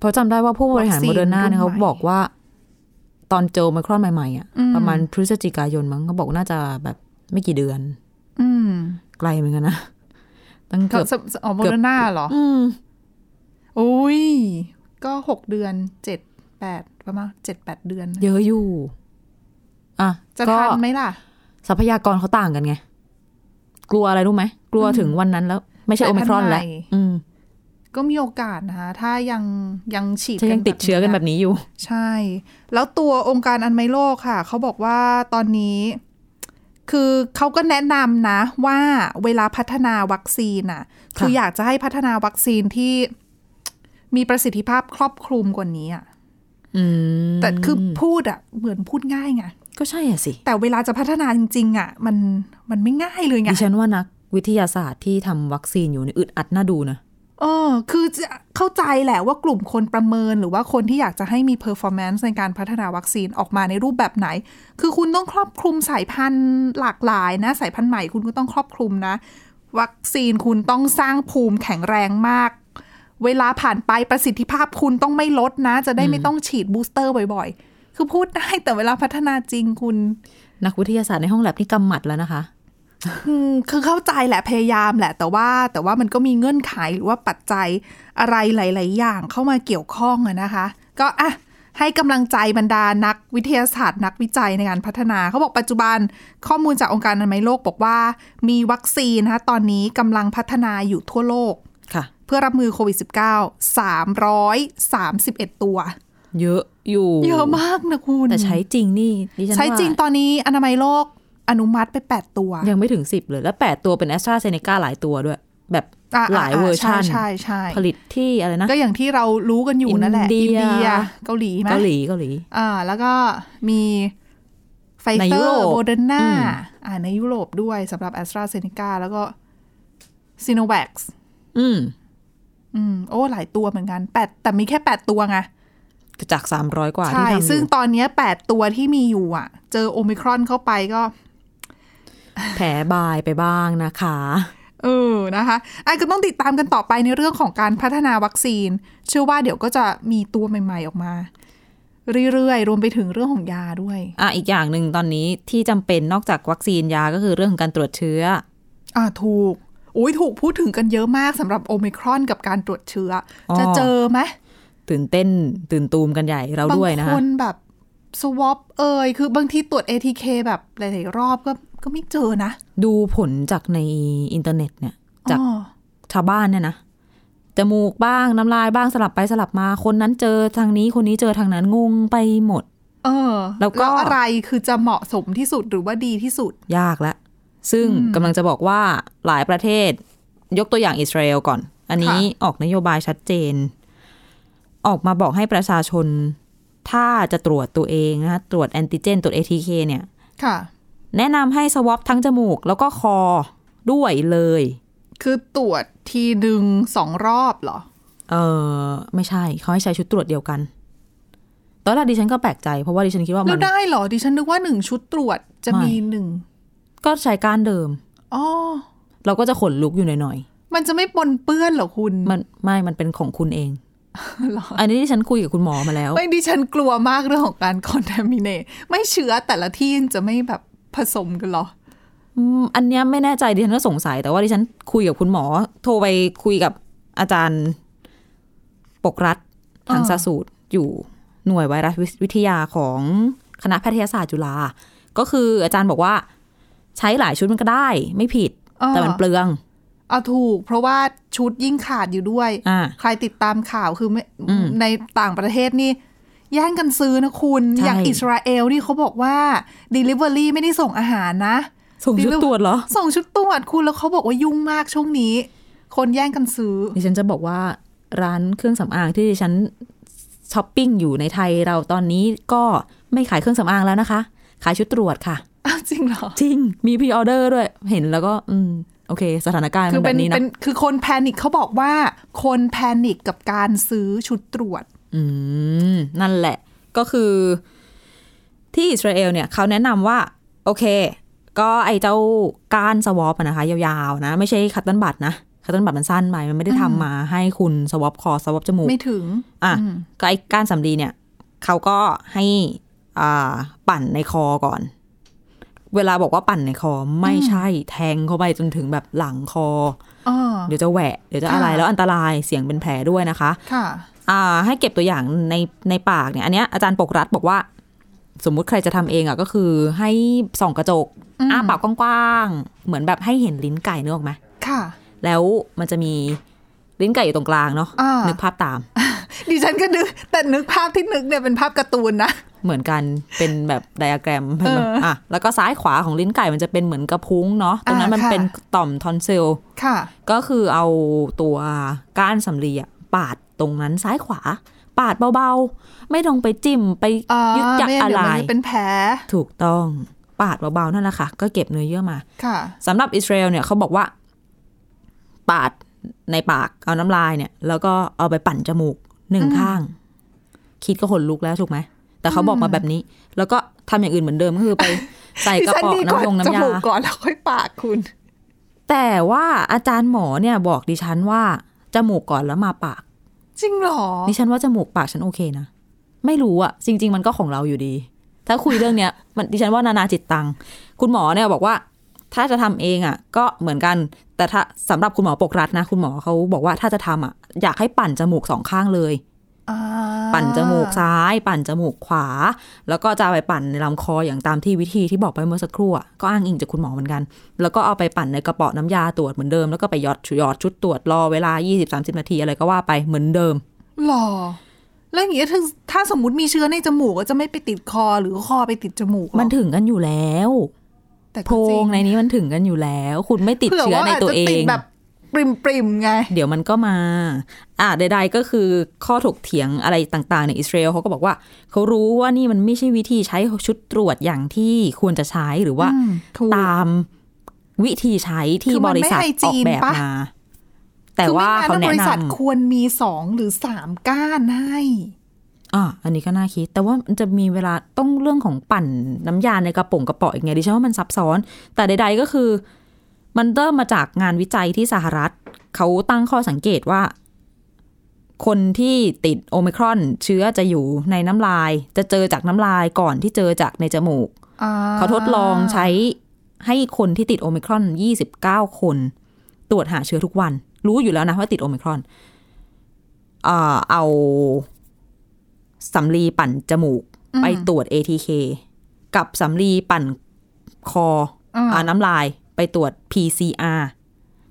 Speaker 2: เพราะจำได้ว่าผู้บริหา
Speaker 1: วั
Speaker 2: ร
Speaker 1: คซีน
Speaker 2: โมเดอร์นาเนี่ยเขา
Speaker 1: รุ่นใหม่
Speaker 2: บอกว่า ตอนเจอไมครอนใหม่ๆอะ
Speaker 1: อืม
Speaker 2: ประมาณพฤศจิกายนมั้งเขาบอกน่าจะแบบไม่กี่เดือน
Speaker 1: อืม
Speaker 2: ไกลเหมือนกันนะตั้ง
Speaker 1: เขา
Speaker 2: เกือบ
Speaker 1: สสอ๋อโม
Speaker 2: เกือบ
Speaker 1: เดอร์นาเหรอ
Speaker 2: อืม
Speaker 1: อุ้ย ก็หกเดือนเจ็ดแปดประมาณเจ็ดแปดเดือน
Speaker 2: เยอะอยู่ อ่ะ
Speaker 1: จะ
Speaker 2: ก็
Speaker 1: ทันไหมล่ะ
Speaker 2: ทรัพยากรเขาต่างกันไง กลัวอะไรรู้ไหม กลัวถึงวันนั้นแล้ว ไม่ใช่
Speaker 1: สา
Speaker 2: โอย
Speaker 1: พันธุ์
Speaker 2: มิครอนแล้ว
Speaker 1: ใหม่
Speaker 2: อืม
Speaker 1: ก็มีโอกาสนะคะถ้ายังยังฉีด
Speaker 2: จะยัง
Speaker 1: กัน
Speaker 2: ติดเชื้อกันแบบนี้อยู่
Speaker 1: ใช่ แล้วตัวองค์การอนไมยโลกค่ะ เขาบอกว่าตอนนี้ คือเขาก็แนะนำนะว่าเวลาพัฒนาวัคซีนอ่ะ คืออยากจะให้พัฒนาวัคซีนที่มีประสิทธิภาพครอบคลุมกว่านี้อ่ะ
Speaker 2: อืม
Speaker 1: แต่คือพูดอ่ะเหมือนพูดง่ายไง
Speaker 2: ก็ใช่อ่ะสิ
Speaker 1: แต่เวลาจะพัฒนาจริง ๆ อ่ะ มันมันไม่ง่ายเลยไง
Speaker 2: ดิฉันว่านักวิทยาศาสตร์ที่ทำวัคซีนอยู่ในยอึดอัดน่าดูนะ
Speaker 1: เออ คือจะเข้าใจแหละว่ากลุ่มคนประเมินหรือว่าคนที่อยากจะให้มี performance ในการพัฒนาวัคซีนออกมาในรูปแบบไหน คือคุณต้องครอบคลุมสายพันธุ์หลากหลายนะ สายพันธุ์ใหม่คุณก็ต้องครอบคลุมนะ วัคซีนคุณต้องสร้างภูมิแข็งแรงมาก เวลาผ่านไปประสิทธิภาพคุณต้องไม่ลดนะ จะได้ไม่ต้องฉีดบูสเตอร์บ่อยๆ คือพูดได้แต่เวลาพัฒนาจริงคุณ
Speaker 2: นักวิทยาศาสตร์ในห้องแลบนี่กำหมัดแล้วนะคะ
Speaker 1: อืมคือเข้าใจแหละพยายามแหละ แต่ว่าแต่ว่ามันก็มีเงื่อนไขหรือว่าปัจจัยอะไรหลาย ๆ อย่างเข้ามาเกี่ยวข้องอะนะคะ ก็อ่ะให้กำลังใจบรรดานักวิทยาศาสตร์ นักวิจัยในการพัฒนา เขาบอกปัจจุบันข้อมูลจากองค์การอนามัยโลกบอกว่า มีวัคซีนนะคะตอนนี้กำลังพัฒนาอยู่ทั่วโลก
Speaker 2: ค่ะ
Speaker 1: เพื่อรับมือโควิด -19 331 ตัว
Speaker 2: เยอะอยู่
Speaker 1: เยอะมากนะคุณ
Speaker 2: แต่ใช้จริงนี่ดิฉัน
Speaker 1: ใช้จริง
Speaker 2: ว่า
Speaker 1: ตอนนี้อนามัยโลกอนุมัติไป 8 ตัว
Speaker 2: ยังไม่ถึงสิบเลย และแปดตัวเป็นแอสตราเซเนกาหลายตัวด้วย แบบ
Speaker 1: อ่ะ
Speaker 2: หลาย
Speaker 1: ะะ
Speaker 2: เวอร์ชัน
Speaker 1: ใช่ใช่ใช่
Speaker 2: ผลิตที่อะไรนะ
Speaker 1: ก็อย่างที่เรารู้กันอยู่นั่นแหละ
Speaker 2: อิ
Speaker 1: อิ
Speaker 2: น
Speaker 1: น
Speaker 2: เดีย
Speaker 1: เดียเกาหลีไหม
Speaker 2: เกาหลีเกาหลี
Speaker 1: อ่า แล้วก็มีไฟ
Speaker 2: ใน
Speaker 1: เซ
Speaker 2: ยุ
Speaker 1: อ
Speaker 2: โร
Speaker 1: ร์
Speaker 2: ป
Speaker 1: โมเดอร์นา
Speaker 2: อืม
Speaker 1: อ่าในยุโรปด้วยสำหรับแอสตราเซเนกาแล้วก็ซีโนแวค
Speaker 2: อืม
Speaker 1: อืมโอ้ หลายตัวเหมือนกันแปดแต่มีแค่แปดตัวไง
Speaker 2: จากสามร้อยกว่าที่
Speaker 1: ใช่
Speaker 2: ทำอยู่
Speaker 1: ซึ่งตอนเนี้ยแปดตัวที่มีอยู่อ่ะ เจอโอมิครอนเข้าไปก็
Speaker 2: แผลบายไปบ้างนะคะ
Speaker 1: เออนะคะอ่ะก็ต้องติดตามกันต่อไปในเรื่องของการพัฒนาวัคซีน เชื่อว่าเดี๋ยวก็จะมีตัวใหม่ ๆออกมา เรื่อยๆรวมไปถึงเรื่องของยาด้วย
Speaker 2: อ่ะอีกอย่างหนึ่งตอนนี้ที่จำเป็นนอกจากวัคซีนยาก็คือเรื่องของการตรวจเชื้อ
Speaker 1: อ่าถูกอุ้ยถูกพูดถึงกันเยอะมากสำหรับโอมิครอนกับการตรวจเชื้ออ
Speaker 2: อ
Speaker 1: จะเจอไหม
Speaker 2: ตื่นเต้นตื่นตูมกันใหญ่เรา
Speaker 1: บาง
Speaker 2: ด้วยนะ
Speaker 1: ค
Speaker 2: คะ
Speaker 1: นแบบสวอปเอ่ยคือบางทีตรวจ ATK แบบหลายๆรอบก็ก็ไม่เจอนะ
Speaker 2: ดูผลจากในอินเทอร์เน็ตเนี่ย จาก
Speaker 1: อ๋อ
Speaker 2: ชาวบ้านเนี่ยนะจมูกบ้างน้ำลายบ้างสลับไปสลับมา คนนั้นเจอทางนี้คนนี้เจอทางนั้นงงไปหมด
Speaker 1: เออ
Speaker 2: แล้วก็
Speaker 1: อะไรคือจะเหมาะสมที่สุดหรือว่าดีที่สุด
Speaker 2: ยากละ ซึ่งกำลังจะบอกว่าหลายประเทศ ยกตัวอย่างอิสราเอลก่อน อันนี้ออกนโยบายชัดเจน ออกมาบอกให้ประชาชน ถ้าจะตรวจตัวเองนะคะตรวจแอนติเจน ตรวจ ATK เนี่ย
Speaker 1: ค่ะ
Speaker 2: แนะนำให้สวอปทั้งจมูก แล้วก็คอด้วยเลย
Speaker 1: คือตรวจทีหนึ่งสองรอบเหรอ
Speaker 2: เออไม่ใช่เขาให้ใช้ชุดตรวจเดียวกัน ตอนแรกดิฉันก็แปลกใจเพราะว่าดิฉันคิดว่า
Speaker 1: แล้
Speaker 2: มั
Speaker 1: วน ได้เหรอ ดิฉันนึกว่าหนึ่งชุดตรวจจะ
Speaker 2: ไม่
Speaker 1: มีหนึ่ง
Speaker 2: ก็ใช้การเดิม
Speaker 1: อ๋อ
Speaker 2: เราก็จะขนลุกอยู่หน่อย
Speaker 1: มันจะไม่ปนเปื้อนเหรอคุณ
Speaker 2: ๆมันไม่มันเป็นของคุณเอง
Speaker 1: เหรอ
Speaker 2: อันนี้ที่ฉันคุยกับคุณหมอมาแล้ว
Speaker 1: ไม่ดิฉันกลัวมากเรื่องของการคอนแทมิเนตไม่เชื้อแต่ละที่จะไม่แบบผสมกันเหรอ
Speaker 2: อืมอันเนี้ยไม่แน่ใจดิฉันก็สงสัย แต่ว่าดิฉันคุยกับคุณหมอ โทรไปคุยกับอาจารย์ปกรัฐทาง
Speaker 1: อ่า
Speaker 2: สาสูตรอยู่หน่วยไวรัสวิทยาของคณะแพทยศาสตร์จุฬาก็คืออาจารย์บอกว่า ใช้หลายชุดมันก็ได้ ไม่ผิด แต่มันเปลือง
Speaker 1: เอาถูก เพราะว่าชุดยิ่งขาดอยู่ด้วย
Speaker 2: อ่า
Speaker 1: ใครติดตามข่าวคือไม่
Speaker 2: อืม
Speaker 1: ในต่างประเทศนี่ แย่งกันซื้อนะคุณ
Speaker 2: ใช่
Speaker 1: อย่างอิสราเอลนี่เขาบอกว่า Delivery ไม่ได้ส่งอาหารนะ
Speaker 2: ส่งชุดตรวจเหรอ
Speaker 1: ส่งชุดตรวจคุณแล้วเขาบอกว่ายุ่งมากช่วงนี้ คนแย่งกันซื้อ
Speaker 2: ดิฉันจะบอกว่าร้านเครื่องสำอางที่ดิฉันช้อปปิ้งอยู่ในไทยเราตอนนี้ก็ไม่ขายเครื่องสำอางแล้วนะคะ ขายชุดตรวจค่ะ
Speaker 1: อ้าวจริงเหรอ
Speaker 2: จริง มีพรีออเดอร์ด้วย เห็นแล้วก็ อืม โอเค สถานการณ์
Speaker 1: คื
Speaker 2: มัน
Speaker 1: เป็
Speaker 2: แบ
Speaker 1: น
Speaker 2: บนี้นะ
Speaker 1: เป็นคือคนแพนิคเขาบอกว่า คนแพนิคกับการซื้อชุดตรวจ
Speaker 2: อืม นั่นแหละ ก็คือที่อิสราเอลเนี่ย เขาแนะนำว่า โอเค ก็ไอ้เจ้าก้านสวอปนะคะ ยาวๆ นะ ไม่ใช่คัตตันบัตนะ คัตตันบัตมันสั้นไปมันไม่ได้ทำมาให้คุณสวอปคอสวอปจมูก
Speaker 1: ไม่ถึง
Speaker 2: อ่ะ
Speaker 1: อืม
Speaker 2: ก็ไอ้ก้านสำลีเนี่ยเขาก็ให้อ่าปั่นในคอก่อน เวลาบอกว่าปั่นในคอไม่ใช่แทงเข้าไปจนถึงแบบหลังคอ
Speaker 1: อ๋อ
Speaker 2: เดี๋ยวจะแหวะเดี๋ยวจะอะไร
Speaker 1: ค่ะ
Speaker 2: แล้วอันตรายเสียงเป็นแผลด้วยนะคะ
Speaker 1: ค่ะ
Speaker 2: อ่า ให้เก็บตัวอย่างในในปากเนี่ย อันเนี้ยอาจารย์ปกรัฐบอกว่า สมมุติใครจะทำเองอ่ะก็คือให้ส่องกระจก
Speaker 1: อืม
Speaker 2: อ้าปากกว้างๆเหมือนแบบให้เห็นลิ้นไก่เนื้อออกไหม
Speaker 1: ค่ะ
Speaker 2: แล้วมันจะมีลิ้นไก่อยู่ตรงกลางเนาะ
Speaker 1: อ่านึ
Speaker 2: นึกภาพตาม
Speaker 1: ดิฉันก็นึกแต่นึกภาพที่นึกเนี่ยเป็นภาพการ์ตูนนะ
Speaker 2: เหมือนกันเป็นแบบไดอะแกรม
Speaker 1: เออ
Speaker 2: อ่ะแล้วก็ซ้ายขวาของลิ้นไก่มันจะเป็นเหมือนกระพุ้งเนาะตรงนั้น
Speaker 1: อ่ามั
Speaker 2: มัน
Speaker 1: ค่ะ
Speaker 2: เป็นต่อมทอนซิล
Speaker 1: ค่ะ
Speaker 2: ก็คือเอาตัวก้านสำลีอะปาดตรงนั้นซ้ายขวา ปาดเบาๆ ไม่ต้องไปจิ้มไป
Speaker 1: อ่า
Speaker 2: ยึกยัก
Speaker 1: ไม่
Speaker 2: อะ
Speaker 1: งั้น
Speaker 2: ไร
Speaker 1: เดี๋ยวมันจเป็นแผล
Speaker 2: ถูกต้องปาดเบาๆนั่นแหละค่ะ ก็เก็บเนื้อเยื่อมา
Speaker 1: ค่ะ
Speaker 2: สำหรับอิสราเอลเนี่ยเขาบอกว่า ปาดในปากเอาน้ำลายเนี่ย แล้วก็เอาไปปั่นจมูกหนึ่งข้าง คิดก็ขนลุกแล้วถูกไหม แต่เขาบอกมาแบบนี้ แล้วก็ทำอย่างอื่นเหมือนเดิมก็คือไป ใส่กระป๋องน้ำยงน้ำ
Speaker 1: จ
Speaker 2: ยา
Speaker 1: มูกก่อนแล้วค่อยปากคุณ
Speaker 2: แต่ว่าอาจารย์หมอเนี่ยบอกดิฉันว่า จมูกก่อนแล้วมาปาก
Speaker 1: จริงเหรอ
Speaker 2: ดิฉันว่าจมูกปากฉันโอเคนะ ไม่รู้อะจริง ๆ มันก็ของเราอยู่ดี ถ้าคุยเรื่องเนี้ย มันดิฉันว่านานาจิตตัง คุณหมอเนี่ยบอกว่า ถ้าจะทำเองอะก็เหมือนกัน แต่ถ้าสำหรับคุณหมอปกรัฐนะ คุณหมอเขาบอกว่าถ้าจะทำอะอยากให้ปั่นจมูกสองข้างเลย
Speaker 1: อ่า
Speaker 2: ปั่นจมูกซ้าย ปั่นจมูกขวา แล้วก็จะเอาไปปั่นในลำคออย่างตามที่วิธีที่บอกไปเมื่อสักครู่อะก็อ้างอิงจากคุณหมอเหมือนกัน แล้วก็เอาไปปั่นในกระเป๋อน้ำยาตรวจเหมือนเดิมแล้วก็ไปหยอดหยอดชุดตรวจรอเวลา 20-30 นาทีอะไรก็ว่าไปเหมือนเดิม
Speaker 1: หรอ แล้วอย่างเงี้ยถ้าถ้าสมมติมีเชื้อในจมูกก็จะไม่ไปติดคอหรือคอไปติดจมูกหรอ
Speaker 2: มันถึงกันอยู่แล้ว
Speaker 1: แต่
Speaker 2: โพ
Speaker 1: ก็จริ
Speaker 2: รงในนี้มันถึงกันอยู่แล้ว คุณไม่ติด
Speaker 1: ผื่
Speaker 2: เชื้อในตัว
Speaker 1: จ
Speaker 2: เอา
Speaker 1: จะ
Speaker 2: ง
Speaker 1: ดแบบปริมปริมๆไง
Speaker 2: เดี๋ยวมันก็มา อ่ะใดๆก็คือข้อถกเถียงอะไรต่างๆในยอิสราเอลเขาก็บอกว่า เขารู้ว่านี่มันไม่ใช่วิธีใช้ชุดตรวจอย่างที่ควรจะใช้หรือว่า
Speaker 1: อืมถูก
Speaker 2: ตามวิธีใช้ที่
Speaker 1: คือมั
Speaker 2: บ
Speaker 1: น
Speaker 2: ริ
Speaker 1: ไม่
Speaker 2: ษัท
Speaker 1: ไฮจี
Speaker 2: ออก
Speaker 1: น
Speaker 2: แบบ
Speaker 1: ปะ
Speaker 2: มา แต่ว่า
Speaker 1: คือ
Speaker 2: เขา
Speaker 1: ไม่งั้บ
Speaker 2: แนะ
Speaker 1: ริ
Speaker 2: น
Speaker 1: ษัทควรมีสองหรือสามก้านให้
Speaker 2: ำอ่ะอันนี้ก็น่าคิด แต่ว่ามันจะมีเวลาต้องเรื่องของปั่นน้ำยาในกระป๋องกระเป๋ออีกไงดิฉันว่ามันซับซ้อน แต่ใด ๆก็คือ มันเริ่มมาจากงานวิจัยที่สหรัฐ เขาตั้งข้อสังเกตว่า คนที่ติดโอมิครอนเชื้อจะอยู่ในน้ำลาย จะเจอจากน้ำลายก่อนที่เจอจากในจมูก
Speaker 1: อ่
Speaker 2: เขาทดลองใช้ให้คนที่ติดโอมิครอน 29 คน ตรวจหาเชื้อทุกวัน รู้อยู่แล้วนะว่าติดโอมิครอนเอ่อเอาสำลีปั่นจมูก ไปตรวจ ATK กับสำลีปั่นคอ
Speaker 1: อ่า
Speaker 2: อ่าน้ำลายไปตรวจ PCR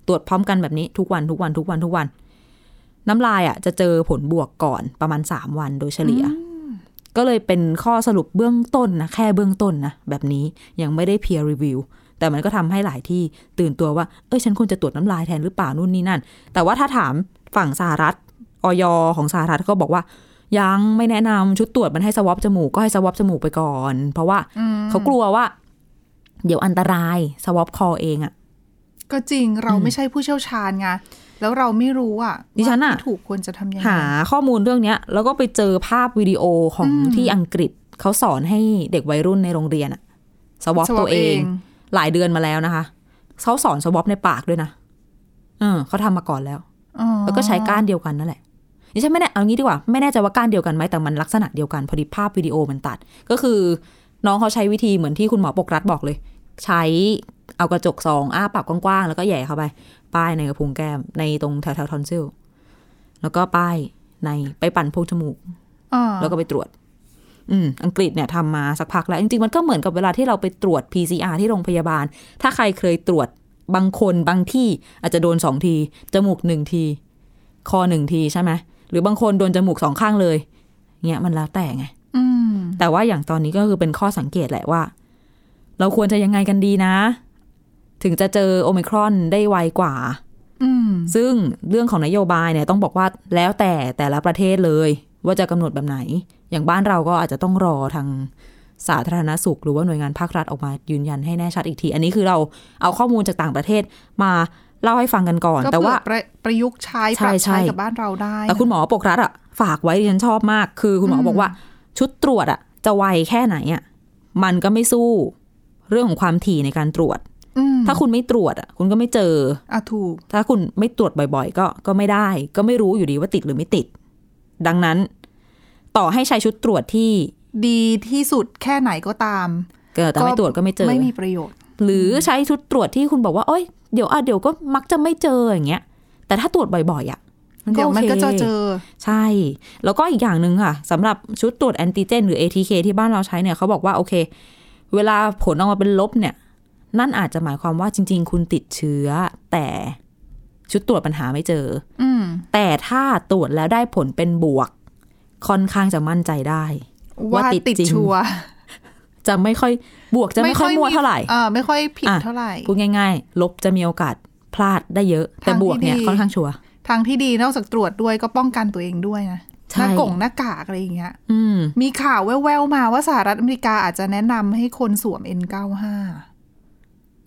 Speaker 2: ตรวจพร้อมกันแบบนี้ทุกวันทุกวันทุกวันทุกวัน น้ำลายอ่ะจะเจอผลบวกก่อนประมาณ 3 วันโดยเฉลี่ย ก็เลยเป็นข้อสรุปเบื้องต้นนะแค่เบื้องต้นนะแบบนี้ยังไม่ได้ peer review แต่มันก็ทำให้หลายที่ตื่นตัวว่า เอ้ยฉันควรจะตรวจน้ำลายแทนหรือเปล่านู่นนี่นั่น แต่ว่าถ้าถามฝั่งสหรัฐออยของสหรัฐก็บอกว่า ยังไม่แนะนำชุดตรวจมันให้สวอปจมูกก็ให้สวอปจมูกไปก่อน เพราะว่าเขากลัวว่า เดี๋ยวอันตรายสวอปคอเองอะ
Speaker 1: ก็จริงเราไม่ใช่ผู้เชี่ยวชาญไงแล้วเราไม่รู้อ่ะ
Speaker 2: ดิฉันอะ
Speaker 1: ว่าที่ถูกควรจะทำยังไง
Speaker 2: หาข้อมูลเรื่องเนี้ย แล้วก็ไปเจอภาพวิดีโอของที่อังกฤษเขาสอนให้เด็กวัยรุ่นในโรงเรียนอะสวอป
Speaker 1: swab
Speaker 2: ตัวเอง หลายเดือนมาแล้วนะคะเขาสอนสวอปในปากด้วยนะเออเขาทำมาก่อนแล้ว
Speaker 1: อ๋อ
Speaker 2: แล้วก็ใช้ก้านเดียวกันนั่นแหละ ดิฉันไม่แน่เอางี้ดีกว่า ไม่แน่ใจว่าก้านเดียวกันไหมแต่มันลักษณะเดียวกันพอดีภาพวิดีโอมันตัด ก็คือน้องเขาใช้วิธีเหมือนที่คุณหมอปกรัฐบอกเลย ใช้เอากระจกซองอ้าปากกว้างๆแล้วก็แหย่เข้าไป ป้ายในกระพุ้งแก้มในตรงแถวๆทอนซิลแล้วก็ป้ายในไปปั่นโพรงจมูก
Speaker 1: อ่า
Speaker 2: แล้วก็ไปตรวจ อืม อังกฤษเนี่ยทำมาสักพักแล้ว จริงๆ มันก็เหมือนกับเวลาที่เราไปตรวจ PCR ที่โรงพยาบาล ถ้าใครเคยตรวจบางคนบางที่อาจจะโดนสองที จมูกหนึ่งที คอหนึ่งทีใช่ไหม หรือบางคนโดนจมูกสองข้างเลย เนี่ยมันแล้วแต่ไง
Speaker 1: อืม
Speaker 2: แต่ว่าอย่างตอนนี้ก็คือเป็นข้อสังเกตแหละว่า เราควรจะยังไงกันดีนะ ถึงจะเจอโอมิครอนได้ไวกว่า
Speaker 1: อืม
Speaker 2: ซึ่งเรื่องของนโยบายเนี่ยต้องบอกว่าแล้วแต่แต่ละประเทศเลย ว่าจะกำหนดแบบไหน อย่างบ้านเราก็อาจจะต้องรอทางสาธารณสุข หรือว่าหน่วยงานภาครัฐออกมายืนยันให้แน่ชัดอีกที อันนี้คือเราเอาข้อมูลจากต่างประเทศมาเล่าให้ฟังกันก่อน
Speaker 1: ก็
Speaker 2: แต่
Speaker 1: เผื่
Speaker 2: ว่า
Speaker 1: อประประยุกต์ใช้ปรับ
Speaker 2: ใช่
Speaker 1: ใช้
Speaker 2: ใช่
Speaker 1: กับบ้านเราได้
Speaker 2: แต่คุณหมอปกรัฐอะฝากไว้ดิฉันชอบมาก คือคุณหมอบอกว่า ชุดตรวจอะจะไวแค่ไหนอะมันก็ไม่สู้เรื่องของความถี่ในการตรวจ
Speaker 1: อืม
Speaker 2: ถ้าคุณไม่ตรวจอะคุณก็ไม่เจอ
Speaker 1: อ่ะถูก
Speaker 2: ถ้าคุณไม่ตรวจบ่อยๆ ก็ก็ไม่ได้ ก็ไม่รู้อยู่ดีว่าติดหรือไม่ติด ดังนั้น ต่อให้ใช้ชุดตรวจที่
Speaker 1: ดีที่สุดแค่ไหนก็ตาม
Speaker 2: เกิดแต่ไม่ตรวจก็ไม่เจอ
Speaker 1: ไม่มีประโยชน์
Speaker 2: หรือใช้ชุดตรวจที่คุณบอกว่าเอ้ยเดี๋ยวอ่ะเดี๋ยวก็มักจะไม่เจออย่างเงี้ย แต่ถ้าตรวจบ่อยๆอ่ะมันก็
Speaker 1: เดี๋ยว
Speaker 2: โอ
Speaker 1: มัน
Speaker 2: เค
Speaker 1: ก็จะเจอ
Speaker 2: ใช่ แล้วก็อีกอย่างหนึ่งค่ะสำหรับชุดตรวจแอนติเจน หรือ ATK ที่บ้านเราใช้เนี่ยเขาบอกว่าโอเค เวลาผลออกมาเป็นลบเนี่ย นั่นอาจจะหมายความว่าจริง ๆ คุณติดเชื้อ แต่ชุดตรวจปัญหาไม่เจอ
Speaker 1: อืม
Speaker 2: แต่ถ้าตรวจแล้วได้ผลเป็นบวก ค่อนข้างจะมั่นใจได้
Speaker 1: ว่า
Speaker 2: ว่าติด
Speaker 1: ติด
Speaker 2: จริง
Speaker 1: ชัวร์
Speaker 2: จะไม่ค่อยบวกจะไม่ค่อยมั่วเท่าไหร่
Speaker 1: เออไม่ค่อยผิด
Speaker 2: อ่ะ
Speaker 1: เท่าไหร่
Speaker 2: พูดง่ายๆ ลบจะมีโอกาสพลาดได้เยอะ แต่
Speaker 1: ทางที่
Speaker 2: บวกเนี่ย
Speaker 1: ดี
Speaker 2: ค่อนข้างชัวร์
Speaker 1: ทางที่ดีนอกจากตรวจด้วยก็ป้องกันตัวเองด้วยนะห
Speaker 2: ใช่
Speaker 1: น้ากงหน้ากากอะไรอย่างเงี้ย
Speaker 2: อืม
Speaker 1: มีข่าวแว่วๆมาว่าสหรัฐอเมริกาอาจจะแนะนำให้คนสวม N95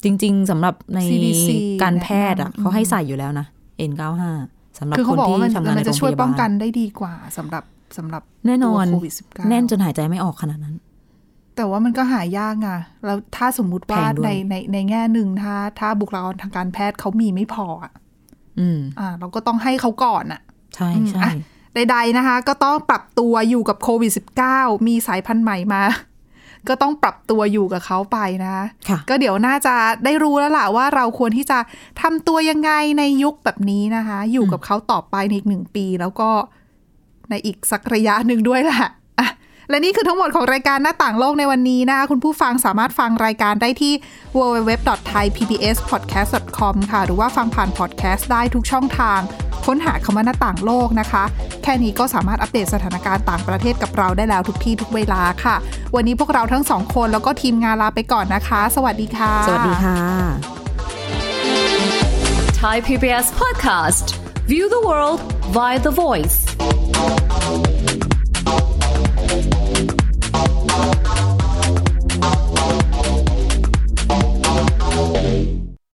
Speaker 2: จริงๆสำหรับใน
Speaker 1: CDC
Speaker 2: การแพทย์อ่ะ
Speaker 1: แนะนำ
Speaker 2: เขาให้ใส่อยู่แล้วนะ N95 สำหรับ
Speaker 1: คือ
Speaker 2: ค
Speaker 1: เขา
Speaker 2: น
Speaker 1: บอก
Speaker 2: ที่
Speaker 1: ว่ามัน
Speaker 2: ทำงาน
Speaker 1: มั
Speaker 2: ใน
Speaker 1: น
Speaker 2: โร
Speaker 1: จะ
Speaker 2: งพ
Speaker 1: ช่วย
Speaker 2: ยา
Speaker 1: ป้องกับ
Speaker 2: าน ล
Speaker 1: ได้ดีกว่าสำหรับสำหรับ
Speaker 2: แน่น
Speaker 1: ตัว
Speaker 2: อน
Speaker 1: โควิด -19
Speaker 2: แน่นจนหายใจไม่ออกขนาดนั้น
Speaker 1: แต่ว่ามันก็หายากไงแล้วถ้าสมมุติว่า
Speaker 2: แพงด้วย
Speaker 1: ในในในแง่หนึ่งถ้าถ้าบุคลากรทางการแพทย์เขามีไม่พออะ
Speaker 2: อืม
Speaker 1: อ่า เราก็ต้องให้เขาก่อนอะ
Speaker 2: ใช่
Speaker 1: อืม
Speaker 2: ใช่
Speaker 1: อ่ะ ใดๆนะคะ ก็ต้องปรับตัวอยู่กับโควิด -19 มีสายพันธุ์ใหม่มา ก็ต้องปรับตัวอยู่กับเขาไปนะคะ
Speaker 2: ค่ะ
Speaker 1: ก็เดี๋ยวน่าจะได้รู้แล้วล่ะว่าเราควรที่จะทำตัวยังไงในยุคแบบนี้นะคะ อยู่กับเขาต่อไปในอีกหนึ่งปี แล้วก็ในอีกสักระยะหนึ่งด้วยล่ะ อ่ะ และนี่คือทั้งหมดของรายการหน้าต่างโลกในวันนี้นะคะคุณผู้ฟังสามารถฟังรายการได้ที่ www.thaipbspodcast.com ค่ะ หรือว่าฟังผ่านพอดแคสต์ได้ทุกช่องทาง ค้นหาคำว่าหน้าต่างโลกนะคะ แค่นี้ก็สามารถอัปเดตสถานการณ์ต่างประเทศกับเราได้แล้วทุกที่ทุกเวลาค่ะ วันนี้พวกเราทั้งสองคนแล้วก็ทีมงานลาไปก่อนนะคะ สวัสดีค่ะ
Speaker 2: สวัสดีค่ะ
Speaker 3: Thai PBS podcast. View the world via the voice.